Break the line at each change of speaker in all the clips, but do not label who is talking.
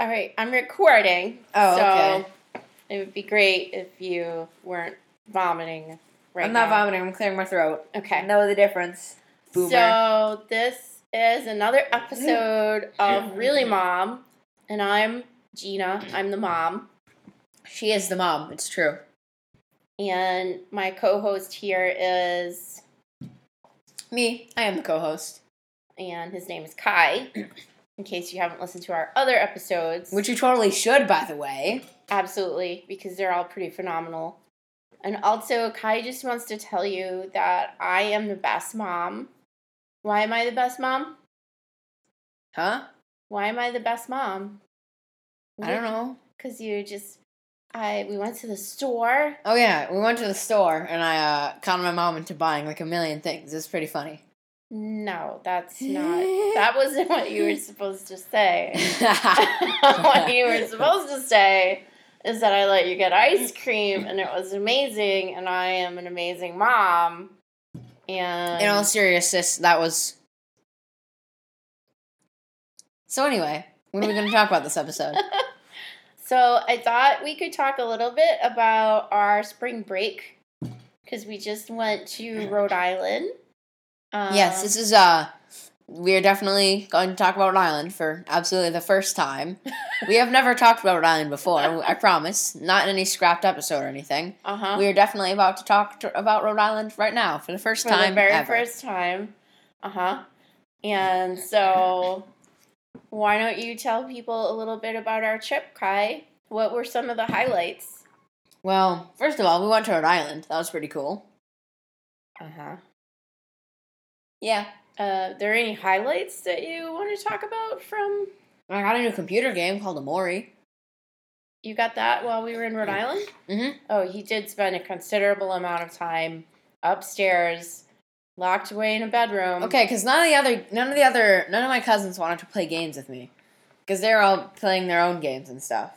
right, I'm recording.
Oh,
so
okay.
It would be great if you weren't vomiting right
I'm not
now.
vomiting. I'm clearing my throat. I
Okay.
know the difference. Boomer.
So this is another episode of Really Mom, and I'm Gina. I'm the mom,
she is the mom. It's true.
and my co-host here is,
Me, I am the co-host,
and his name is Kai. In case you haven't listened to our other episodes,
which you totally should, by the way.
Absolutely, because they're all pretty phenomenal. And also, Kai just wants to tell you that I am the best mom. Why am I the best mom?
Huh?
Why am I the best mom?
I don't know.
Cause you just, I we went to the store.
Oh yeah, we went to the store and I uh, conned my mom into buying like a million things. It's pretty funny.
No, that's not. that wasn't what you were supposed to say. what
what
you were supposed to say is that I let you get ice cream, and it was amazing, and I am an amazing mom. And
In all seriousness, that was. So anyway, what are we going to talk about this episode?
So I thought we could talk a little bit about our spring break because we just went to Rhode Island. Um,
yes, this is uh we are definitely going to talk about Rhode Island for absolutely the first time. we have never talked about Rhode Island before, I promise. Not in any scrapped episode or anything.
uh huh.
We are definitely about to talk to, about Rhode Island right now for the first
For
time
the very
ever.
first time. Uh huh. And so, why don't you tell people a little bit about our trip, Kai? What were some of the highlights?
Well, first of all, we went to Rhode Island. That was pretty cool.
Uh-huh.
Yeah.
Uh There any highlights that you want to talk about from?
I got a new computer game called Amori.
You got that while we were in Rhode Island?
Mhm.
Oh, he did spend a considerable amount of time upstairs, locked away in a bedroom.
Okay, because none of the other, none of the other, none of my cousins wanted to play games with me, because they're all playing their own games and stuff.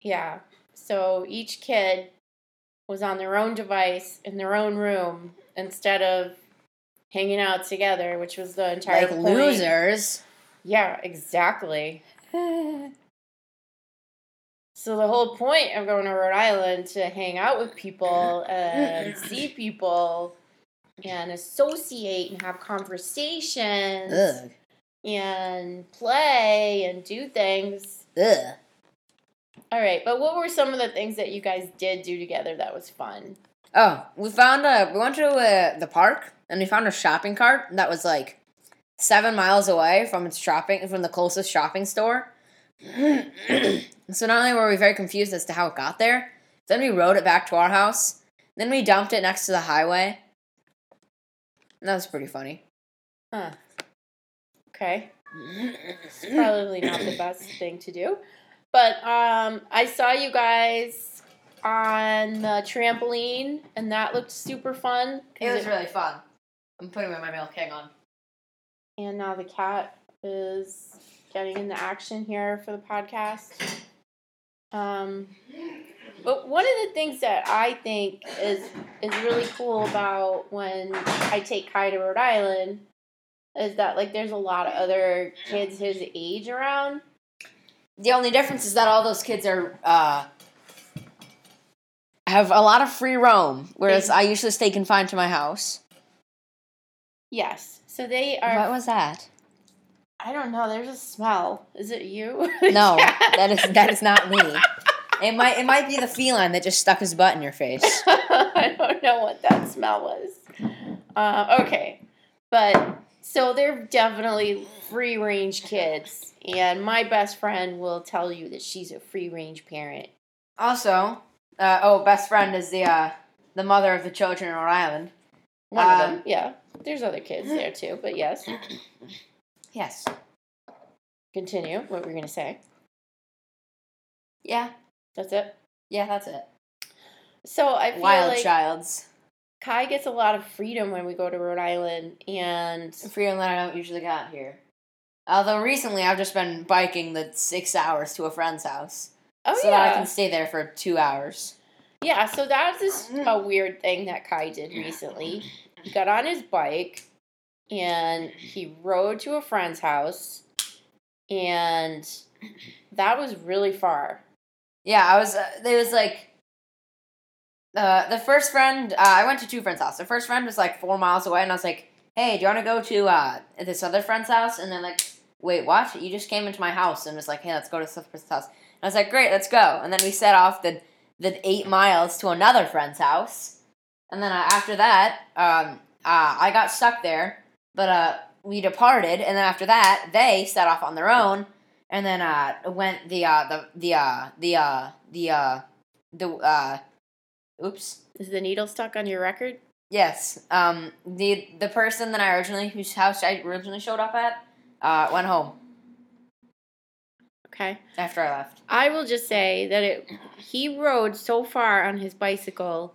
Yeah. So each kid was on their own device in their own room instead of hanging out together, which was the entire
Like
point.
losers.
Yeah, exactly. So the whole point of going to Rhode Island to hang out with people and see people and associate and have conversations
Ugh.
and play and do things.
Ugh.
All right, but what were some of the things that you guys did do together that was fun?
Oh, we found a. We went to uh the park and we found a shopping cart that was like seven miles away from its shopping from the closest shopping store. so not only were we very confused as to how it got there, then we rode it back to our house. Then we dumped it next to the highway. And that was pretty funny.
Huh. Okay. It's probably not the best thing to do. But um, I saw you guys on the trampoline, and that looked super fun. 'cause it-
really fun. I'm putting my milk. Hang on.
And now the cat is getting into action here for the podcast. Um, but one of the things that I think is is really cool about when I take Kai to Rhode Island is that like there's a lot of other kids his age around.
The only difference is that all those kids are uh, have a lot of free roam, whereas I usually stay confined to my house.
Yes, so they are.
what was that?
I don't know. There's a smell. Is it you?
No,
Yeah.
that is that is not me. It might it might be the feline that just stuck his butt in your face.
I don't know what that smell was. Uh, okay, but so they're definitely free range kids, and my best friend will tell you that she's a free range parent.
Also, uh, oh, best friend is the uh, the mother of the children in Rhode Island.
One of them,
Um,
Uh, yeah. There's other kids there too, but yes.
Yes.
Continue. What were you gonna say?
Yeah.
That's it.
Yeah, that's it.
So I feel
Wild
like
childs.
Kai gets a lot of freedom when we go to Rhode Island, and
Freedom that I don't usually got here. Although recently I've just been biking the six hours to a friend's house.
oh
so that I
yeah,
can stay there for two hours.
Yeah, so that is a weird thing that Kai did recently. He got on his bike and he rode to a friend's house and That was really far.
Yeah, I was. Uh, it was like uh, the first friend. Uh, I went to two friends' house. The first friend was like four miles away, and I was like, "Hey, do you want to go to uh, this other friend's house?" And they're like, "Wait, what? You just came into my house and was like, hey, let's go to this other person's house." And I was like, "Great, let's go." And then we set off the the eight miles to another friend's house, and then uh, after that, um, uh, I got stuck there, but uh, we departed, and then after that, they set off on their own, and then uh, went the uh, the the uh, the uh, the uh, the uh, oops,
Is the needle stuck on your record?
yes, um, the the person that I originally whose house I originally showed up at, uh, went home
Okay.
after I left.
I will just say that it he rode so far on his bicycle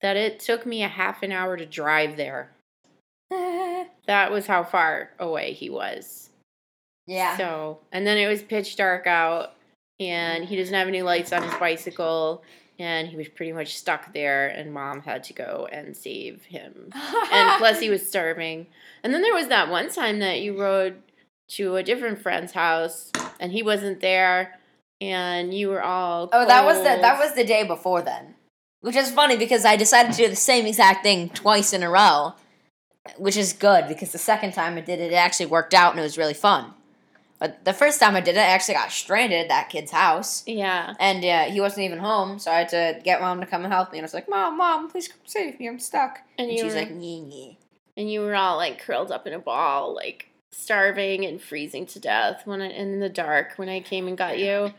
that it took me a half an hour to drive there. That was how far away he was.
yeah,
So, and then it was pitch dark out and he doesn't have any lights on his bicycle and he was pretty much stuck there and mom had to go and save him. And plus he was starving. And then there was that one time that you rode to a different friend's house and he wasn't there and you were all
Oh, that was the
cold.
that was the day before then, which is funny because I decided to do the same exact thing twice in a row, which is good because the second time I did it, it actually worked out and it was really fun. But the first time I did it, I actually got stranded at that kid's house,
Yeah.
and uh, he wasn't even home, so I had to get mom to come and help me. And I was like, "Mom, mom, please come save me! I'm stuck."
And
And
you
she's
were
like, "Yeah, yeah."
and you were all like curled up in a ball, like starving and freezing to death when I, and in the dark when I came and got you,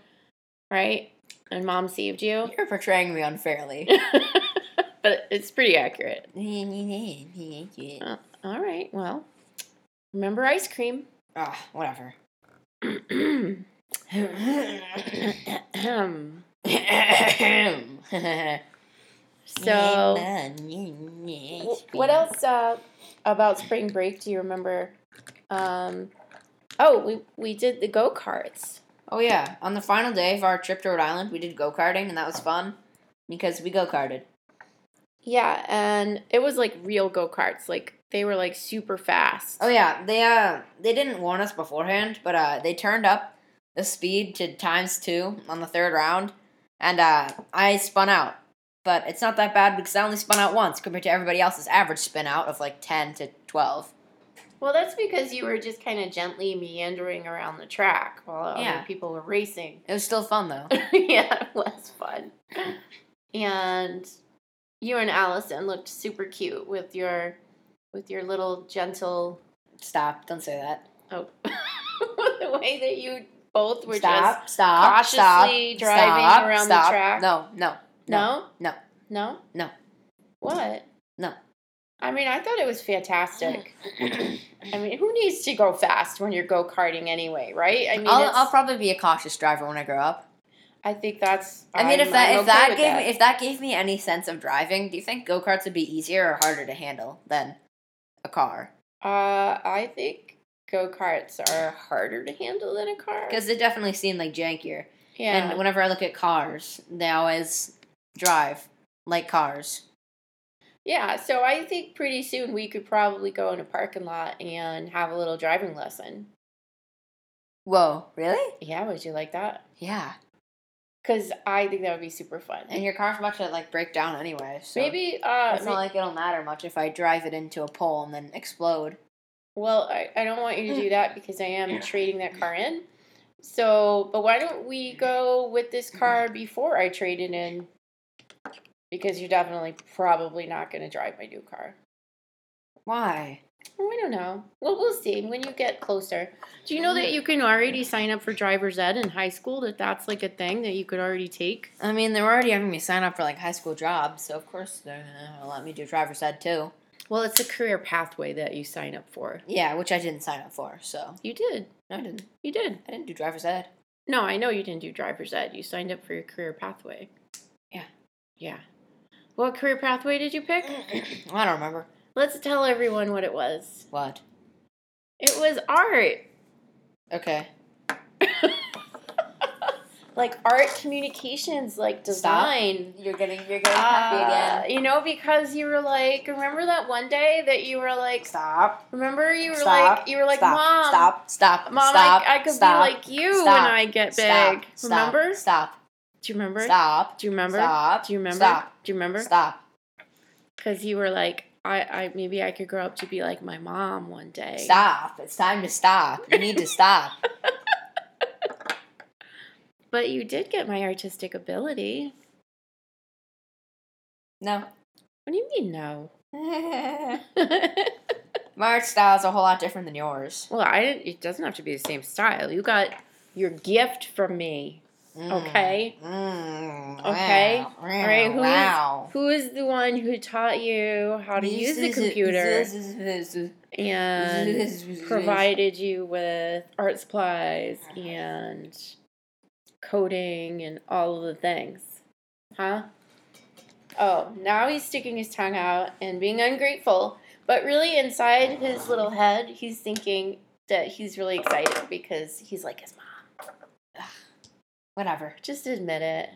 right? And mom saved you.
"You're portraying me unfairly."
but it's pretty accurate.
Ah,
All right. Well, remember ice cream.
Ah,
Um,
whatever.
so Wh- what else uh, about spring break do you remember? Um, oh, we we did the go karts.
Oh yeah, on the final day of our trip to Rhode Island, we did go karting, and that was fun because we go karted.
Yeah, and it was like real go karts. Like they were like super fast.
Oh yeah, they uh they didn't warn us beforehand, but uh they turned up the speed to times two on the third round, and uh I spun out. But it's not that bad because I only spun out once compared to everybody else's average spin out of like ten to twelve.
Well, that's because you were just kind of gently meandering around the track while
Yeah.
other people were racing.
It was still fun though.
yeah, it was fun. And you and Allison looked super cute with your with your little gentle
Stop! Don't say that.
oh the way that you both were
stop!
just
stop! stop!
cautiously driving
stop,
around the
stop.
track.
No! No!
no?
no.
No?
No.
What?
No.
I mean, I thought it was fantastic. I mean, who needs to go fast when you're go karting anyway, right? I mean,
I'll,
it's-
I'll probably be a cautious driver when I grow up.
I think that's.
I mean,
I'm-
if that
I'm
if
okay
that
with
gave me if that gave me any sense of driving, do you think go karts would be easier or harder to handle than a car?
Uh, I think go karts are harder to handle than a car.
Because they definitely seem like jankier.
yeah,
And whenever I look at cars, they always drive like cars.
yeah. So I think pretty soon we could probably go in a parking lot and have a little driving lesson.
Whoa, really?
Yeah, would you like that?
Yeah.
Because I think that would be super fun.
And your car's about to like break down anyway. So
maybe uh,
it's not
may-
like it'll matter much if I drive it into a pole and then explode.
well, I, I don't want you to do that because I am trading that car in. So, but why don't we go with this car before I trade it in? Because you're definitely probably not going to drive my new car.
Why?
Oh, I don't know. Well, we'll see when you get closer. Do you know that you can already sign up for driver's ed in high school? That that's like a thing that you could already take.
I mean, they're already having me sign up for like high school jobs, so of course they're gonna let me do driver's ed too.
Well, it's a career pathway that you sign up for.
Yeah, which I didn't sign up for, so
You did.
no, I didn't.
You did.
I didn't do driver's ed.
No, I know you didn't do driver's ed. You signed up for your career pathway.
Yeah.
Yeah. What career pathway did you pick?
I don't remember
Let's tell everyone what it was.
what.
It was art.
Okay.
like art communications, like design.
You're getting you're getting
Uh,
happy again.
you know, because you were like, remember that one day that you were like,
Stop.
remember you were
Stop.
like, you were like,
stop,
mom,
Stop. Stop.
mom,
stop.
I, I could
stop,
be like you
stop,
when I get
stop,
big.
Stop.
remember?
Stop.
Do you remember?
Stop.
Do you remember?
Stop.
Do you remember?
Stop.
Do you remember?
Stop.
Because you were like, I, I, maybe I could grow up to be like my mom one day.
Stop. It's time to stop. You need to stop.
But you did get my artistic ability.
No.
What do you mean, no?
My
well,
art style is a whole lot different than yours.
I didn't, it doesn't have to be the same style. You got your gift from me.
Mm.
Okay.
Mm.
Okay.
Wow.
right, who is-
Wow.
Who is the one who taught you how to use the computer and provided you with art supplies and coding and all of the things? Huh? Oh, now he's sticking his tongue out and being ungrateful. But really, inside his little head, he's thinking that he's really excited because he's like his mom.
Whatever.
Just admit it.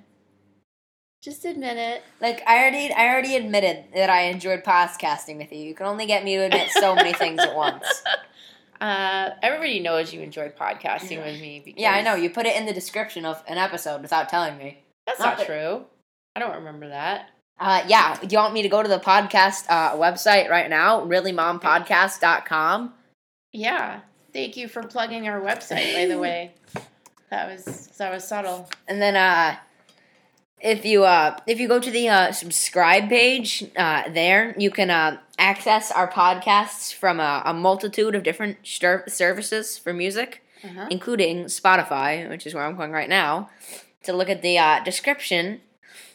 Just admit it.
Like I already, I already admitted that I enjoyed podcasting with you. You can only get me to admit so many things at once.
Uh, everybody knows you enjoy podcasting with me. Because
Yeah, I know. You put it in the description of an episode without telling me.
That's
Not
not,
that-
true. I don't remember that.
Uh, yeah, you want me to go to the podcast uh, website right now, reallymompodcast.com?
Yeah. Thank you for plugging our website. By the way, that was that was subtle.
And then uh if you uh if you go to the uh subscribe page uh there you can uh access our podcasts from a, a multitude of different stir- services for music
Uh-huh.
including Spotify which is where I'm going right now to look at the uh description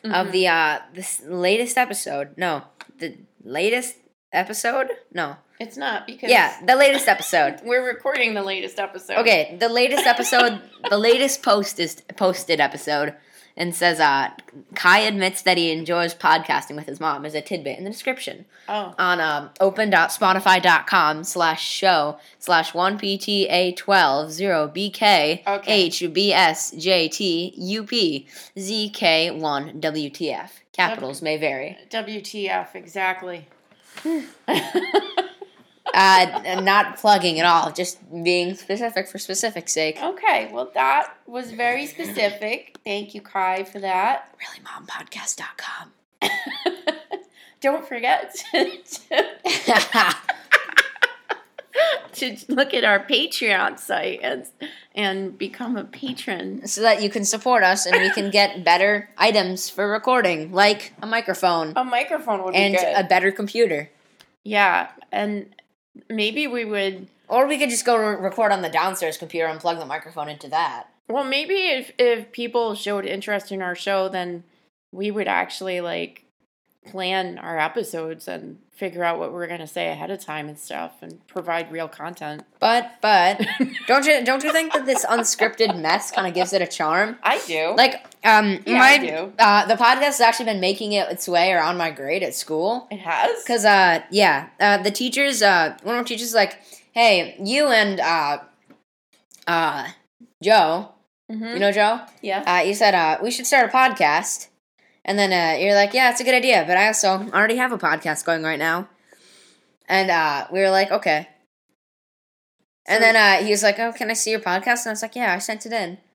of the uh this latest episode no the latest episode no
It's not because
yeah the latest episode
we're recording the latest episode.
Okay, the latest episode, the latest post is posted episode, and says uh, Kai admits that he enjoys podcasting with his mom. Is a tidbit in the description
Oh.
on um, open.spotify.com slash show slash one pta twelve zero bk
Okay.
h b s j t u p z k one wtf. Capitals may vary.
WTF? Exactly.
Uh, not plugging at all, just being specific for specific sake.
Okay. Well, that was very specific. Thank you, Kai, for that.
Reallymompodcast.com.
Don't forget to, to, to look at our Patreon site and and become a patron.
so that you can support us and we can get better items for recording, like a microphone
A microphone would Oh, be
and
good.
a better computer.
yeah, and maybe we would.
Or we could just go re- record on the downstairs computer and plug the microphone into that.
Well, maybe if if people showed interest in our show, then we would actually like plan our episodes and figure out what we're gonna say ahead of time and stuff, and provide real content.
But but don't you don't you think that this unscripted mess kind of gives it a charm?
I do. Like
Like um
Yeah,
my
I do.
uh the podcast has actually been making it its way around my grade at school.
it has.
Cause uh yeah, uh the teachers uh one of our teachers is like, hey, you and uh uh Joe,
Mhm.
you know Joe?
yeah.
Uh, you said uh we should start a podcast. And then uh you're like, Yeah, it's a good idea, but I also already have a podcast going right now. And uh we were like, Okay. And
So-
then uh he was like, Oh, can I see your podcast? And I was like, Yeah, I sent it in.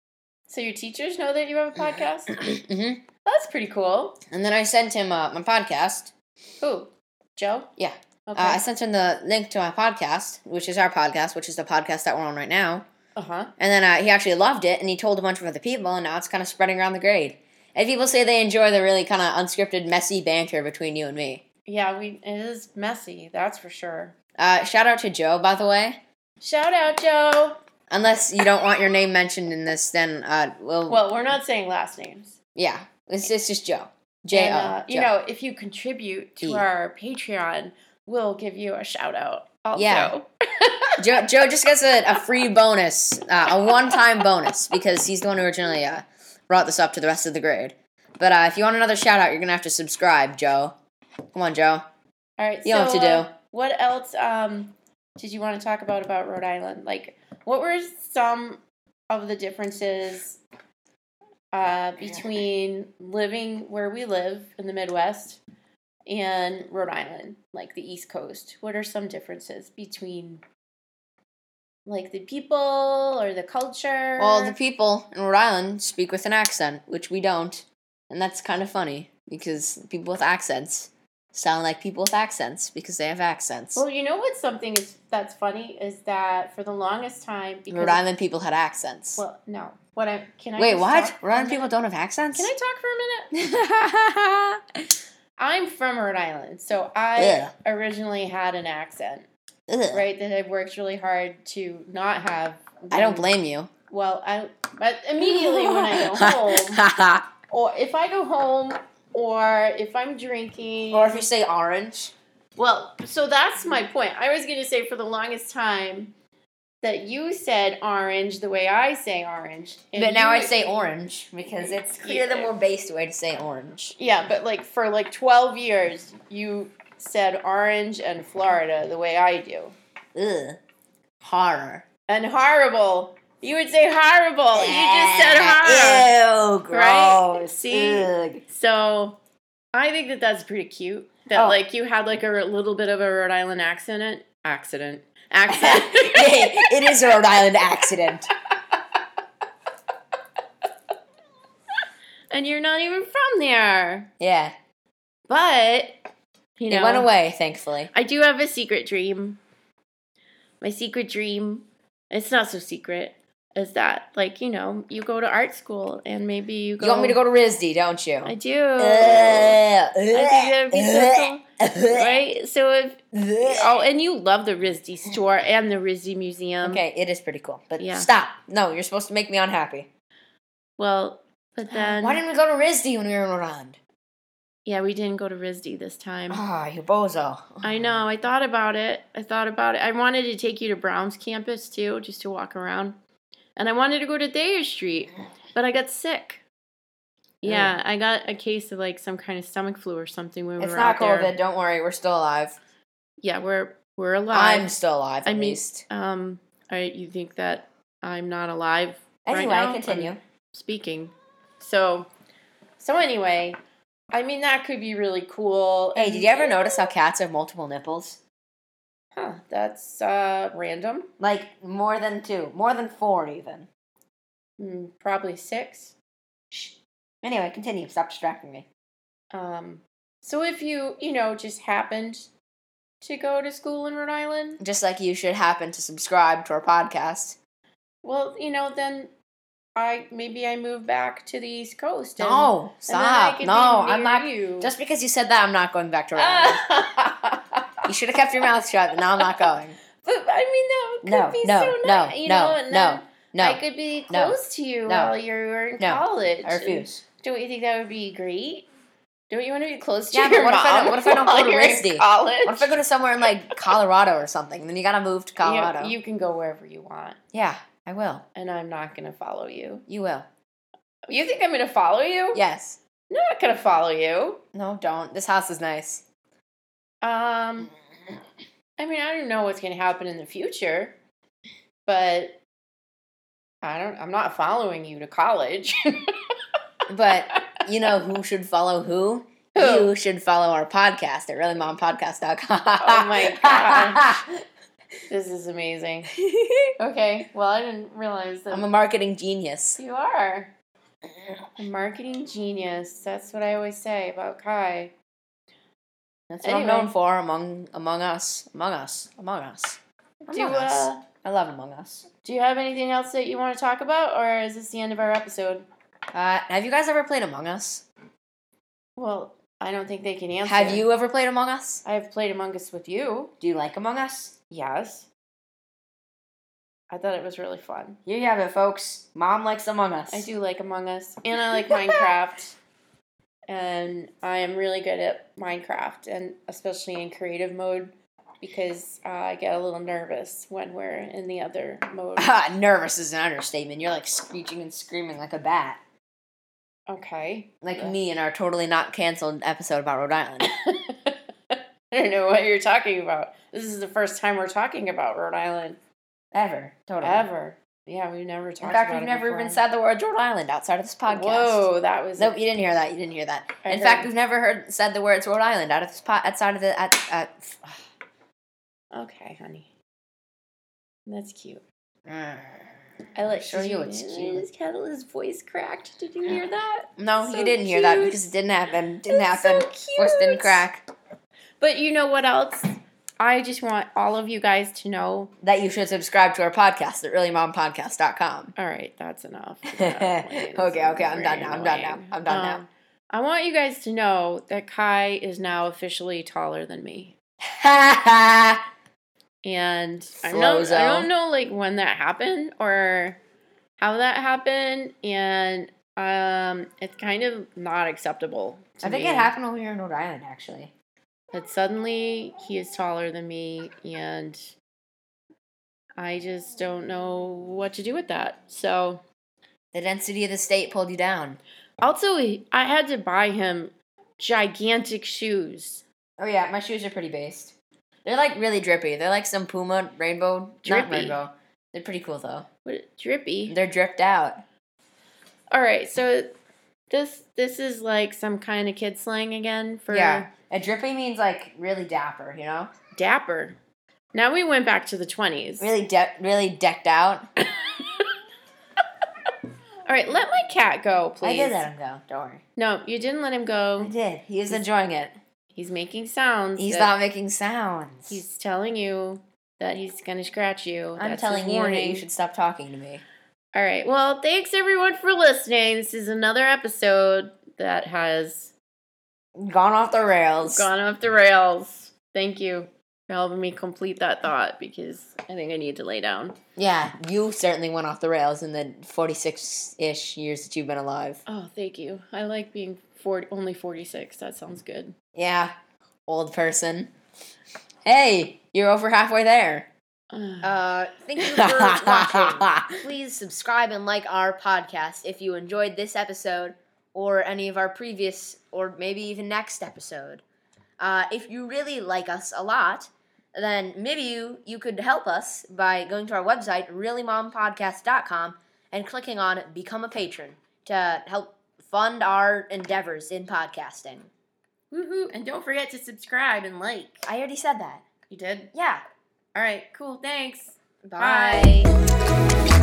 So your teachers know that you have a podcast.
hmm
That's pretty cool.
And then I sent him uh, my podcast.
Who? Joe.
Yeah.
Okay.
Uh, I sent him the link to my podcast, which is our podcast, which is the podcast that we're on right now.
Uh huh.
And then uh, he actually loved it, and he told a bunch of other people, and now it's kind of spreading around the grade. And people say they enjoy the really kind of unscripted, messy banter between you and me.
Yeah, we it is messy, that's for sure.
Uh, shout out to Joe, by the way.
Shout out, Joe.
Unless you don't want your name mentioned in this, then uh, we'll,
Well, we're not saying last names.
yeah, it's, it's just Joe. J
And,
O.
uh, you
Joe.
know, if you contribute to
E.
our Patreon, we'll give you a shout out. Also,
Yeah. Joe, Joe just gets a, a free bonus, uh, a one-time bonus because he's the one who originally uh, brought this up to the rest of the grade. But uh, if you want another shout out, you're gonna have to subscribe, Joe. Come on, Joe.
all right.
You don't
so,
have to
uh,
do.
what else um, did you want to talk about about Rhode Island? Like, what were some of the differences uh, between living where we live in the Midwest and Rhode Island, like the East Coast? What are some differences between like the people or the culture?
Well, the people in Rhode Island speak with an accent, which we don't. And that's kind of funny because people with accents sound like people with accents because they have accents.
well, you know what? Something is that's funny is that for the longest time, because
Rhode Island people had accents.
Well, no. What I can I
Wait,
just
what?
talk for
Rhode
a
Island people
minute?
don't have accents?
Can I talk for a minute? I'm from Rhode Island, so I
Yeah.
originally had an accent,
Ugh.
right? That I've worked really hard to not have.
I don't
when-
blame you.
Well, I but immediately when I go home, or if I go home, or if I'm drinking,
or if you say orange.
Well, so that's my point. I was going to say for the longest time that you said orange the way I say orange. and
But now
you-
I say orange because it's clear the more based way to say orange.
Yeah, but like for like 12 years, you said orange and Florida the way I do.
Ugh. Horror.
And horrible. You would say horrible. Oh, You just said horror.
Ew, gross.
Right? See?
Ugh.
So I think that that's pretty cute that
Oh.
like you had like a r- little bit of a Rhode Island accident. Accident. Accent.
it is a Rhode Island accident.
and you're not even from there.
Yeah.
But you know,
It went away, thankfully.
I do have a secret dream. My secret dream, it's not so secret, is that like you know you go to art school and maybe you go.
You want me to go to RISD, don't you?
I do.
Ugh.
I think that'd be so cool,
Ugh.
right? So if oh, and you love the RISD store and the RISD museum.
Okay, it is pretty cool. But
Um, Yeah.
stop. No, you're supposed to make me unhappy.
Well, but then
Why didn't we go to RISD when we were in Rhode Island?
yeah, we didn't go to RISD this time.
Ah, you bozo.
Um, I know. I thought about it. I thought about it. I wanted to take you to Brown's campus too, just to walk around. And I wanted to go to Thayer Street, but I got sick. Yeah, I got a case of like some kind of stomach flu or something when we
It's
were
not
out there.
COVID. Don't worry. We're still alive.
Yeah, we're we're
I'm
alive.
still alive, at
I mean-
least.
um, I, you think that I'm not alive right
Anyway,
now,
continue.
speaking? So, so anyway, I mean that could be really cool.
Hey,
And-
did you ever notice how cats have multiple nipples?
Huh, that's uh, random.
Like more than two, more than four, even.
Mm, probably six.
Anyway, continue. Stop distracting me.
Um, so if you, you know, just happened to go to school in Rhode Island,
Just like you should happen to subscribe to our podcast. Mm-hmm.
well, you know, then I maybe I move back to the East Coast. And, and
No,
then I
stop.
could
No,
be
I'm
near
not.
You.
Just because you said that, I'm not going back to Rhode Island.
but
You should have kept your mouth shut, but now I'm not going.
I mean, that could
No,
be
no,
so
no,
nice, you
no,
know. And then
no, No,
I could be
no,
close to you
no,
while you're in
no,
college.
I refuse.
Don't you think that would be great? Don't you want to be close to
Yeah, but
your
what if I
mom
don't- what if I don't go
while
to
you're in
RISD?
College?
What if I go to somewhere in like Colorado or something? Then you gotta move to
You-
Colorado.
You, can go wherever you want,
yeah, I will.
and I'm not going to follow you.
You will.
You think I'm going to follow you?
Yes.
No, I'm not going to follow you.
No, don't. This house is nice.
Um, I mean, I don't know what's going to happen in the future, but I don't. I'm not following you to college.
But you know who should follow who?
Who?
You should follow our podcast at reallymompodcast.com.
Oh my gosh. this is amazing. Okay, well, I didn't realize that
I'm a marketing genius.
you are a marketing genius. That's what I always say about Kai.
That's what
Anyway.
I'm known for among among us. Among us. Among us.
Do
Among us.
uh,
I love Among Us.
do you have anything else that you want to talk about, or is this the end of our episode?
Uh, have you guys ever played Among Us?
Well, I don't think they can answer.
Have you ever played Among Us?
I have played Among Us with you.
Do you like Among Us?
Yes. I thought it was really fun.
Here you have it, folks. Mom likes Among Us.
I do like Among Us, and I like Minecraft. And I am really good at Minecraft, and especially in creative mode, because uh, I get a little nervous when we're in the other mode.
Ah, Nervous is an understatement. You're like screeching and screaming like a bat.
Okay.
Like
Yeah.
me in our totally not canceled episode about Rhode Island.
I don't know what you're talking about. This is the first time we're talking about Rhode Island
Ever. Totally.
ever. Yeah, we've never talked
In fact,
about
we've
it
never
before.
even said the word Rhode Island outside of this podcast.
Whoa, that was
Nope, you didn't hear that. You didn't hear that.
I
In fact,
heard.
we've never heard said the words Rhode Island out of this pot outside of the at, at
okay, honey. That's cute.
Mm.
I like
Show
did
you what's cute.
Is Cataly's voice cracked? Did you hear that?
No,
So
you didn't hear that
cute.
because it didn't happen. Didn't
It's
happen.
So cute.
Voice didn't crack.
But you know what else? I just want all of you guys to know.
That you should subscribe to our podcast at reallymompodcast.com.
All right, that's enough.
okay, okay, I'm done now. I'm done now. I'm done now.
Um, I want you guys to know that Kai is now officially taller than me.
Ha ha!
and I'm not, I
Flozo.
don't know like when that happened or how that happened, and um, it's kind of not acceptable. to
I think
me
it happened over here in Rhode Island, actually.
that suddenly he is taller than me, and I just don't know what to do with that. So
The density of the state pulled you down.
also, he- I had to buy him gigantic shoes.
Oh yeah, my shoes are pretty based. They're like really drippy. They're like some Puma rainbow,
Drippy.
not rainbow. They're pretty cool though.
What drippy?
They're dripped out.
All right, so this this is like some kind of kid slang again for
yeah, and drippy means like really dapper, you know,
dapper. Now we went back to the 20s.
really de- really decked out.
All right, let my cat go, please.
I did let him go. Don't worry.
No, you didn't let him
I
go.
did. He is enjoying it.
He's making sounds.
He's
that-
not making sounds.
He's telling you that he's going to scratch you.
I'm
That's his
telling you that
warning.
you should stop talking to me.
All right. Well, thanks everyone for listening. This is another episode that has
Gone off the rails.
gone off the rails. Thank you for helping me complete that thought because I think I need to lay down.
Yeah, you certainly went off the rails in the 46 ish years that you've been alive.
Oh, thank you. I like being 40, only 46. That sounds good.
Yeah, old person. Hey, you're over halfway there. Oh,
Uh, thank you for watching.
Bye.
Please subscribe and like our podcast if you enjoyed this episode or any of our previous or maybe even next episode. Uh, if you really like us a lot, then maybe you, you could help us by going to our website, reallymompodcast.com, and clicking on Become a Patron to help fund our endeavors in podcasting.
Woohoo! And don't forget to subscribe and like.
I already said that.
You did?
Yeah.
All right, cool. Thanks.
Bye.
Bye.